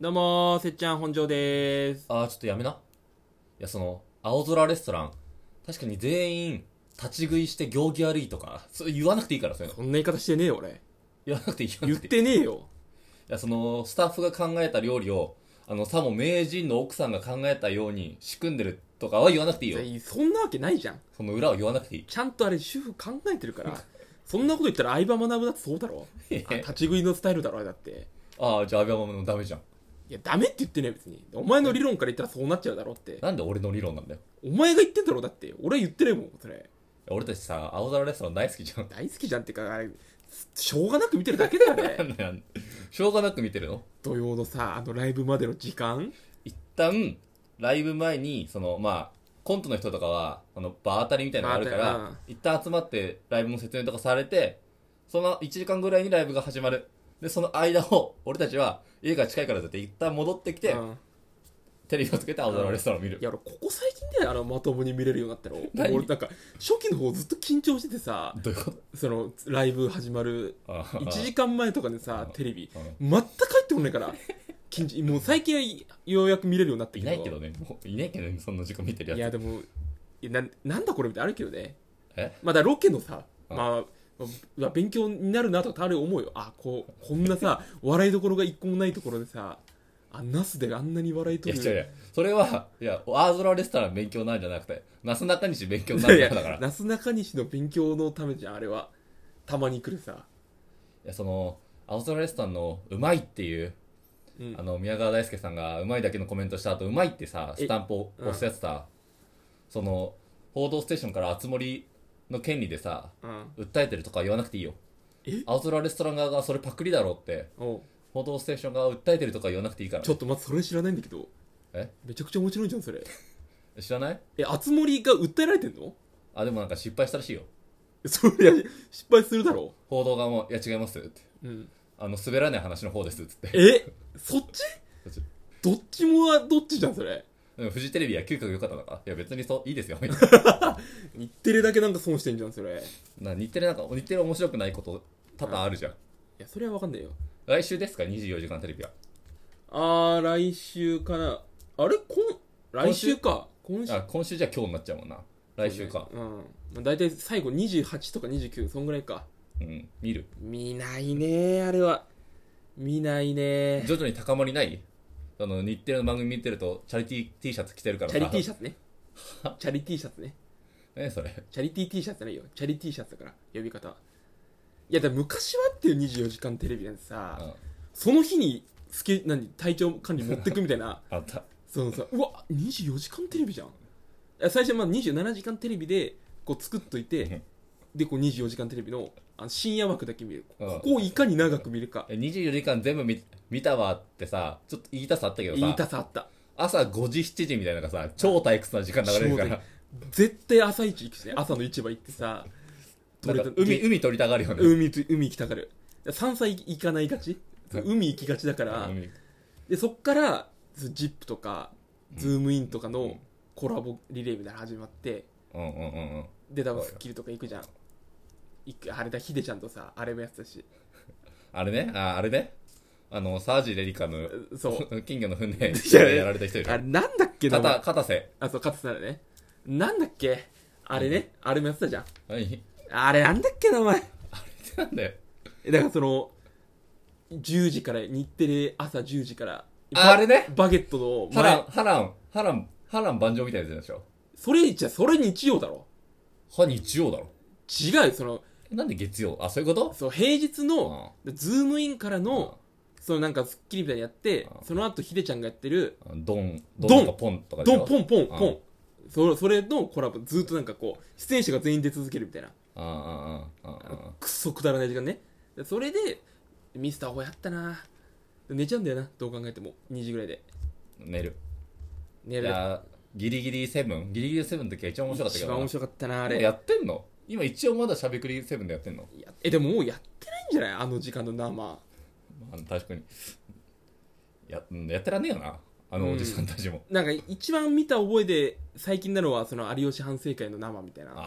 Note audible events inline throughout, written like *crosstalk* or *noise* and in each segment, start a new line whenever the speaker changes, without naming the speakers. どうもー、せっちゃん本庄でーす。
あーちょっとやめないやその青空レストラン確かに全員立ち食いして行儀悪いとかそう言わなくていいからそういうの
そんな言い方してねえよ、俺。
言わなくていい言わ
言
な
っ
くていい
てねえよ。
いやそのスタッフが考えた料理をあのさも名人の奥さんが考えたように仕組んでるとかは言わなくていいよ
そんなわけないじゃん。
その裏は言わなくていい
ちゃんとあれ、主婦考えてるから。そんなこと言ったら相葉学だってそうだろ。あ
いや
立ち食いのスタイルだろ、だって。
ああじゃあ阿部ママのダメじゃん
いや、ダメって言ってねえ、別に。お前の理論から言ったらそうなっちゃうだろって。
なんで俺の理論なんだよ
お前が言ってんだろ、だって。俺は言ってねえもん、それ。
俺たちさ青空レストラン大好きじゃん
大好きじゃんっていうか、あれ、しょうがなく見てるだけだよ
*laughs*
ね。
なんだよしょうがなく見てるの
土曜のさ、あのライブまでの時間
一旦ライブ前にそのまあコントの人とかはあの場当たりみたいなのがあるか
場当たり
ら一旦集まってライブの説明とかされてその1時間ぐらいにライブが始まるでその間を俺たちは家が近いからだって一旦戻ってきて、
うん
テレビをつけて青空レストランを見る
い、や俺ここ最近だよあのまともに見れるようになったの
何
俺なんか初期の方ずっと緊張しててさ
どういうこと
そのライブ始まる
ああ
1時間前とかでさ
うん
テレビ
うん
全く入ってこないから緊張もう最近はようやく見れるようになったけ
い
ど
ないけどねもういないけどねそんな時間見てる
い
や
やでもいやななんだこれみたいなのあるけどね
え
まあだからロケのさ
うん
まあまあ勉強になるなとかたまに思うよあこうこんなさ笑いどころが一個もないところでさあナスであんなに笑い
つい
と
や
る
違う違うそれはいや青空レストラン勉強なんじゃなくてなすなかにし勉強なん
い
だ
や
よだから
なすなかにしの勉強のためじゃんあれはたまに来るさ、
いやその青空レストランのうまいっていう
うん
あの宮川大輔さんがうまいだけのコメントした後うまいってさ
え
スタンプを押したやつさ、その「報道ステーション」から熱盛の権利でさ
うん、
訴えてるとか言わなくていいよ
え
青空レストラン側がそれパクリだろって
おう
報道ステーション側が訴えてるとか言わなくていいから
ちょっと待ってそれ知らないんだけど
え
めちゃくちゃ面白いじゃんそれ
知らない
え熱盛が訴えられてんの *laughs*
あでもなんか失敗したらしいよ
そりゃ失敗するだろ
報道側も「いや違います」って
う、ん、
「あの滑らない話の方です」っつって
えそっち
そっち
どっちもはどっちじゃんそれ
うんフジテレビは嗅覚良かったのかいや別にそういいですよみたいな
日テレだけなんか損してんじゃんそれい
な日テレなんか日テレ面白くないこと多々あるじゃん、
やそれは分かんないよ
来週ですか24時間テレビは
あー来週かなあれこん来週か今
あ今週じゃ今日になっちゃうもんな来週か
うん、まあ、大体最後28とか29そんぐらいか
うん見る
見ないねあれは見ないね
徐々に高まりないあの日テレの番組見てるとチャリティー T シャツ着てるから
チャリ T シ
ャ
ャ
ツ
ツ
*laughs*
ねチャリ T シャツね
えそれ
チャリ T T シャツじゃないよチャリ T シャツだから呼び方はいやだから昔はっていう24時間テレビなんてさ、
うん
その日にスケ何体調管理持ってくみたいな *laughs*
あった
そのさうわ24時間テレビじゃんいや最初まあ27時間テレビでこう作っといてでこう24時間テレビのあの深夜枠だけ見る
うん
ここをいかに長く見るか
え24時間全部見見たわってさちょっと言いたさあったけど
言いた
さ
さあった
朝5時7時みたいなのがさ超退屈な時間流れるから
絶対朝市行くしね朝の市場行ってさ
なんか
取れ
海
た
海撮りたがるよね
海と海行きたがる山菜行かないがち海行きがちだから
海
でそっからず ZIP とか
うん
ZoomIn とか
う
の
ん
コラボリレーみたいなの始まって
うんうんうんうん
で多分スッキリとか行くじゃん行くあれだヒデちゃんとさあれもやってたし
あれねああれねあのサージレリカの
うそう
金魚の船
いやいや
やられ *laughs* た人いる
あれなんだっけな
片片瀬
あそう勝つならねなんだっけあれねあれもやってたじゃん
何 *laughs*
あれなんだっけなお前
なんだよ
えだからその10時から日テレ朝10時から
ああれね
バゲットの
波乱
前、
波乱、波乱、波乱万丈みたいなやつでしょ。
それじゃそれ日曜だろ
は日曜だろ。
違うよその
えなんで月曜あ、そういうこと
そう平日のズームインからのそのなんかスッキリみたいにやって
うん
その後ヒデちゃんがやってる
うんドン、
ド
ド
ン
ンとかポンとかでし
ド
ょ
ンポンポン
うん
ポンそそれのコラボずっとなんかこう出演者が全員出続けるみたいな
うんうんうんうんうん
くそくだらない時間ねでそれでミスターホやったな寝ちゃうんだよなどう考えても2時ぐらいで
うん。寝る。
寝
い
る
や、ギリギリセブン。ギリギリセブンの時が一番面白かったけ
一
どな。
番面白かったなあれ
今やってんの今一応まだしゃべくりセブンでやってんの、
いやえでももうやってないんじゃないあの時間の生
あの確かに。や、うんやってらんねえよな。あのおじさんたちも。
なんか一番見た覚えで最近なのはその有吉反省会の生みたいな
あー、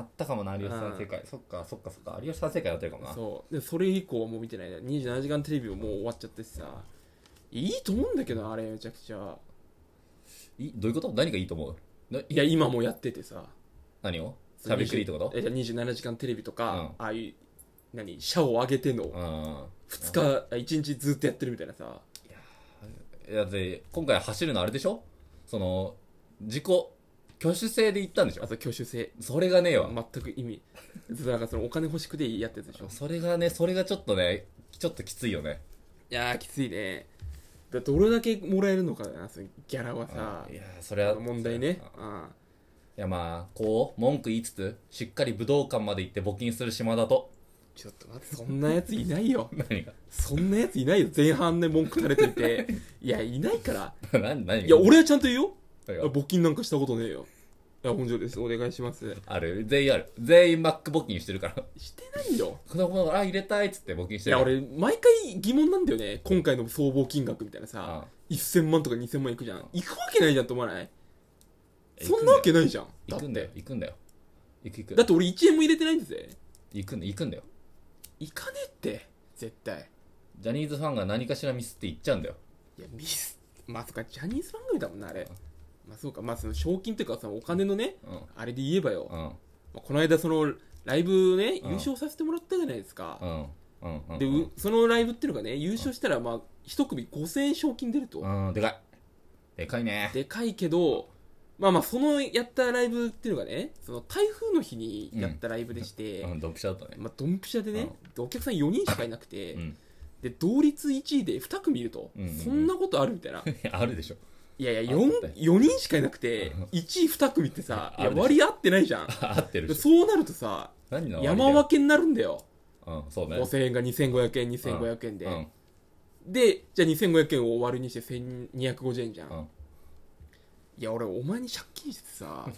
あったかもな、有吉さん世界。そっか、そっか、そっか。有吉さん世界やってるかもな。
そうでそれ以降はもう見てないね27時間テレビももう終わっちゃってさいいと思うんだけどなあれめちゃくちゃ
いどういうこと何がいいと思うない
いや今もやっててさ
何をしゃべくりってこと
えじゃあ27時間テレビとか、ああいう何社を上げての
うん
2日あ1日ずっとやってるみたいなさ
いやだって今回走るのあれでしょその自己挙手制で行ったんでし
あ
ょ
と挙手制
それがねえわ、
全く意味 *laughs* なんかそのお金欲しくてやってるでしょ
それがねそれがちょっとねちょっときついよね
いやーきついねだどれだけもらえるのかだなそのギャラはさ
いやそれは
問題ね
それは
あ
いやまあこう文句言いつつしっかり武道館まで行って募金する島田と
ちょっと待ってそんなやついない
*laughs*
よ
何が
そんなやついないよ前半で文句垂れてい
*laughs*
ていやいないから
何何が
いや俺はちゃんと言うよ
何が
募金なんかしたことねえよいや本庄ですお願いします
ある全員ある全員マック募金してるから
してないよ
子供があ入れたいっつって募金し
い
てる
や
から
俺毎回疑問なんだよね今回の総合金額みたいなさ、1000万とか2000万いくじゃん行くわけないじゃんと思わない
うん
そんなわけないじゃんだ
行
っ
くんだよ
て
行くんだよ行く行く
だって俺1円も入れてないんだぜ
行くんだ行くんだよ
行かねえって絶対
ジャニーズファンが何かしらミスって行っちゃうんだよ
いやミスまあそっかジャニーズ番組だもんなあれまあそうかまあその賞金というかさお金のね
うん
あれで言えばよ、
う
ま
ん
あ、この間そのライブね
うん
優勝させてもらったじゃないですか、
うんうんうん
でうそのライブっていうのがね優勝したらまあ一組5000円賞金出ると、
うんでかいでかいね
でかいけどまあまあそのやったライブっていうのがねその台風の日にやったライブでして、
うんドンピシャだったね
まあ、ドンピシャでね、お客さん4人しかいなくて、
うん *laughs*
で同率1位で2組いると、
うんうんうん
そんなことあるみたいな
あるでしょ *laughs*
いやいや
あった
4,
ね
4人しかいなくて
うん
1位2組ってさい
あ
や
るでしょ
割り合ってないじゃん
あ合ってる
で
でしょ
そうなるとさ
何の
山分けになるんだよ
けうんそうね
5000円が2500円2500円で、
うん
でじゃあ2500円を終わりにして1250円じゃん、
うん
いや俺お前に借金して
*laughs*
さ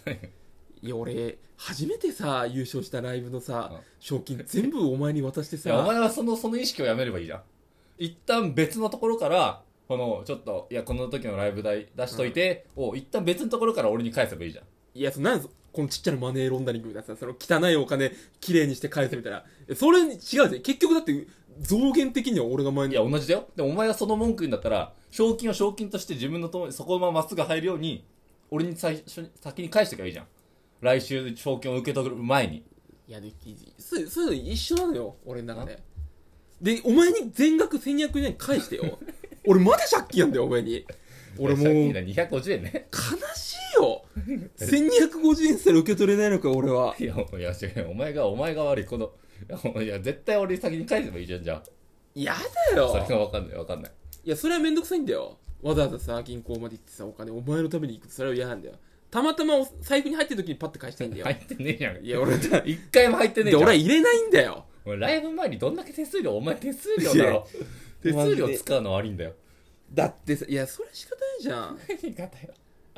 いや俺初めてさ優勝したライブのさ、
うん
賞金全部お前に渡して
いやお
さ
前はそのその意識をやめればいいじゃん一旦別のところからこのちょっといやこの時のライブ代出しといて、を一旦別のところから俺に返せばいいじゃん
いやそのなんぞこのちっちゃなマネーロンダリングみたいなさその汚いお金きれいにして返すみたいなえそれ違うぜ結局だって増減的には俺が前
い
に
や同じだよでもお前はその文句言うんだったら賞金を賞金として自分のとこにそこまままっすぐ入るように俺に最初に先に返しておけばいいじゃん来週賞金を受け取る前に
いやでそうそういうの一緒なのよ俺の中ででお前に全額1200円返して
*laughs*
よ俺まだ借金やんだよお前に俺もう
借金が250円ね
悲しい
*laughs*
よ1250円すら受け取れないのか俺はい
やいや違うお前がお前が悪いこのいやいや絶対俺に先に返せばいいじゃんじゃあ
やだ
それ
よ
が分かんない分かんない
いやそれはめんどくさいんだよわざわざさ銀行まで行ってさお金お前のために行くとそれは嫌なんだよたまたまお財布に入ってる時にパッて返したいんだよ、
*laughs* 入ってねえじゃん
いや俺だ
一回も入ってね
で
えじゃん
俺は入れないんだ
*laughs*
よ
俺ライブ前にどんだけ手数料お前手数料だろ
い
手
や
数料使うの悪い
*laughs*
んだよ
だってさいやそれは仕方ないじゃん
何がだよ
だか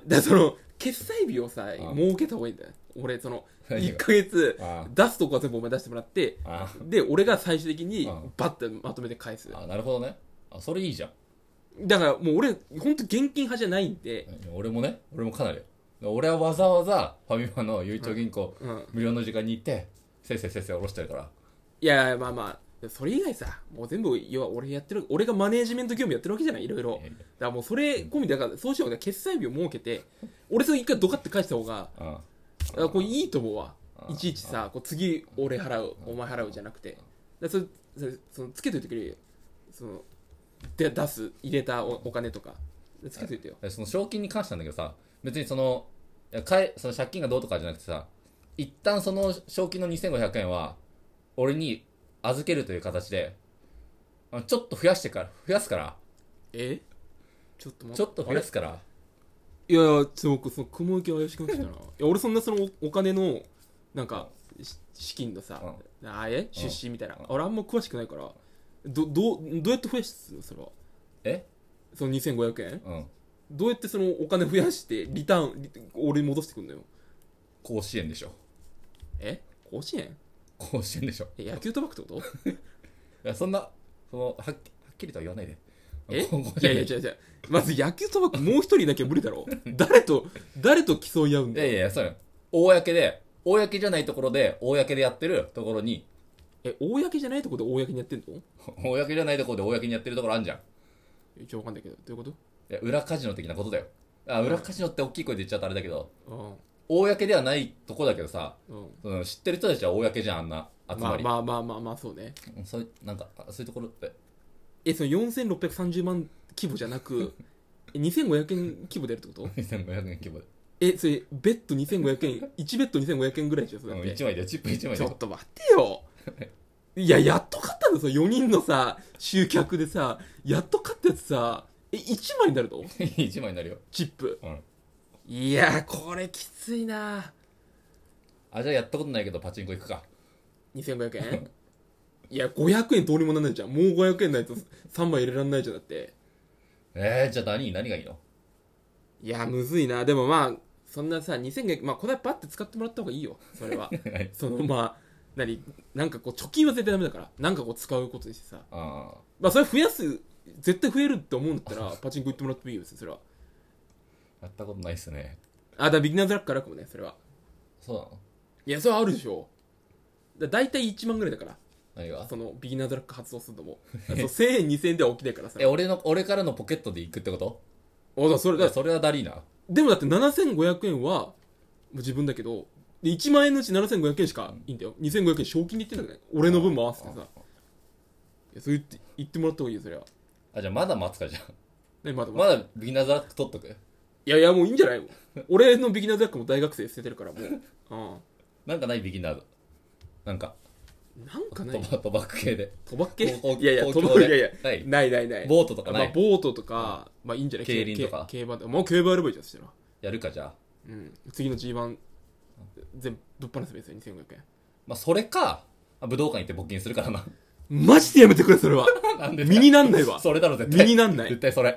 らその決済日をさ
あ
設けた方がいいんだよ俺その
何が
1ヶ月
あ
出すとこは全部お前出してもらって
あ
で俺が最終的に
あ
バッてまとめて返す
あなるほどねあそれいいじゃん
だからもう俺本当現金派じゃないんで
俺もね俺もかなり俺はわざわざファミマのゆいちょ銀行、
うん
無料の時間に行ってせっせっせっせ下ろしてるから
いやいやまあまあそれ以外さもう全部要は俺やってる俺がマネージメント業務やってるわけじゃないいろいろ
いや
だ
い
か
や
らもうそれ込みでだからそうしようが決済日を設けて俺それ一回ドカッて返した方が
うん
あこれいいと思うわ
うん
いちいちさこう次俺払うお前払うじゃなくてだそれそれそのつけといてくれよそので出す入れたおお金とかつけといてよ
でその賞金に関してなんだけどさ別にそのいやかえその借金がどうとかじゃなくてさ一旦その賞金の2500円は俺に預けるという形であちょっと増やしてから増やすから
えちょっと待
ちょっと増やすから
いやいや、ちょっと僕、その雲行き怪しくなってき *laughs* たな。いや、俺そんなそのおお金の、なんか、し資金のさ、ああえ出資みたいな、
うん
俺あんま詳しくないから、ど、どう、どうやって増やすのそれは。
え
その2500円
うん
どうやってそのお金増やして、リターン、リ俺に戻してくんのよ。
甲子園でしょ
え甲子園
甲子園でしょ
え野球賭博って
*laughs*
こと
いやそんなそのはっきはっきりとは言わないで
え
甲子園
いやいや、違う違う。まず野球賭博もう一人いなきゃ無理だろ。 *laughs* 誰と、誰と競い合うん
い
だ
や
よ。
いやいやそうよ公で公じゃないところで公でやってるところに *laughs*
え、公じゃないとこで公にやってんの
公じゃないところで公にやってるところあんじゃん
一応わかんないけどどういうこと
いや裏カジノ的なことだよあ裏カジノって大きい声で言っちゃったあれだけど
う
公ではないとこだけどさ
んうん
その知ってる人たちは公じゃんあんな集まり、
まあまあまあまあまあそうね
うんそういうなんかあそういうところ *laughs* って
えその4630万規模じゃなく *laughs* え2500円規模でやるってこと
2500円規模で、
えそれベッド2500円1ベッド2500円ぐらいでしょそれ
う
だ
ん、
って
1枚だよチップ1枚
ち
だ
ょ
よ
っと待って
*laughs*
よいややっと勝ったのその4人のさ集客でさやっと勝ったやつさえ1枚になるの
*laughs* 1枚になるよ
チップ、
うん
いやこれきついな
あじゃあやったことないけどパチンコ行くか
2500円いや500円どうにもなんないじゃんもう500円ないと3枚入れらんないじゃんだって
えー、じゃあ何何がいいの
いやむずいなでもまあそんなさ2500円まあこれはバッて使ってもらった方がいいよそれはそのまあ何なんかこう貯金は絶対ダメだからなんかこう使うことにしてさ
ああ
まあそれ増やす絶対増えるって思うんだったらパチンコ行ってもらってもいいよ別にそれは
やったことないっすね
あだからビギナーズラックからかもねそれは
そうなの
いやそれはあるでしょだ大体1万ぐらいだから
何が
そのビギナーズラック発動するの
*laughs*
もそう1000円2000円では起きないからさ
え俺の俺からのポケットで行くってこと
あだからそれ
いや
だ
それはダリーな
でもだって7500円はもう自分だけどで1万円のうち7500円しかいいんだよ2500円賞金で言ってんだからね俺の分も合わせてさいやそう言って言ってもらった方がいいよそれは
あじゃあまだ待つかじゃ
*laughs*
あ
ねまだま
ま
だ
だビギナーズラック取っとく
いやいやもういいんじゃないもう俺のビギナーズラックも大学生捨ててるからもう
なんかないビギナーズなんか
うんなんかな
賭
い
博賭博系で
賭博系
高校
いやいや
高
賭
校
博いや
で
いや
ない
ないないない
ボートとかな
まあ
い
ボートとかまあいいんじゃない
競輪とか
競競馬とかもう競馬やればいいじゃんそしたら
やるかじゃあ
うん次の G1 全部ぶっ放せばいいですよ2500円
まあそれかあ武道館行って募金するからな
マジでやめてくれそれは
なんでだ
*laughs*
よ
身になんないわ
それだろ絶
身
対
になんない
絶対それ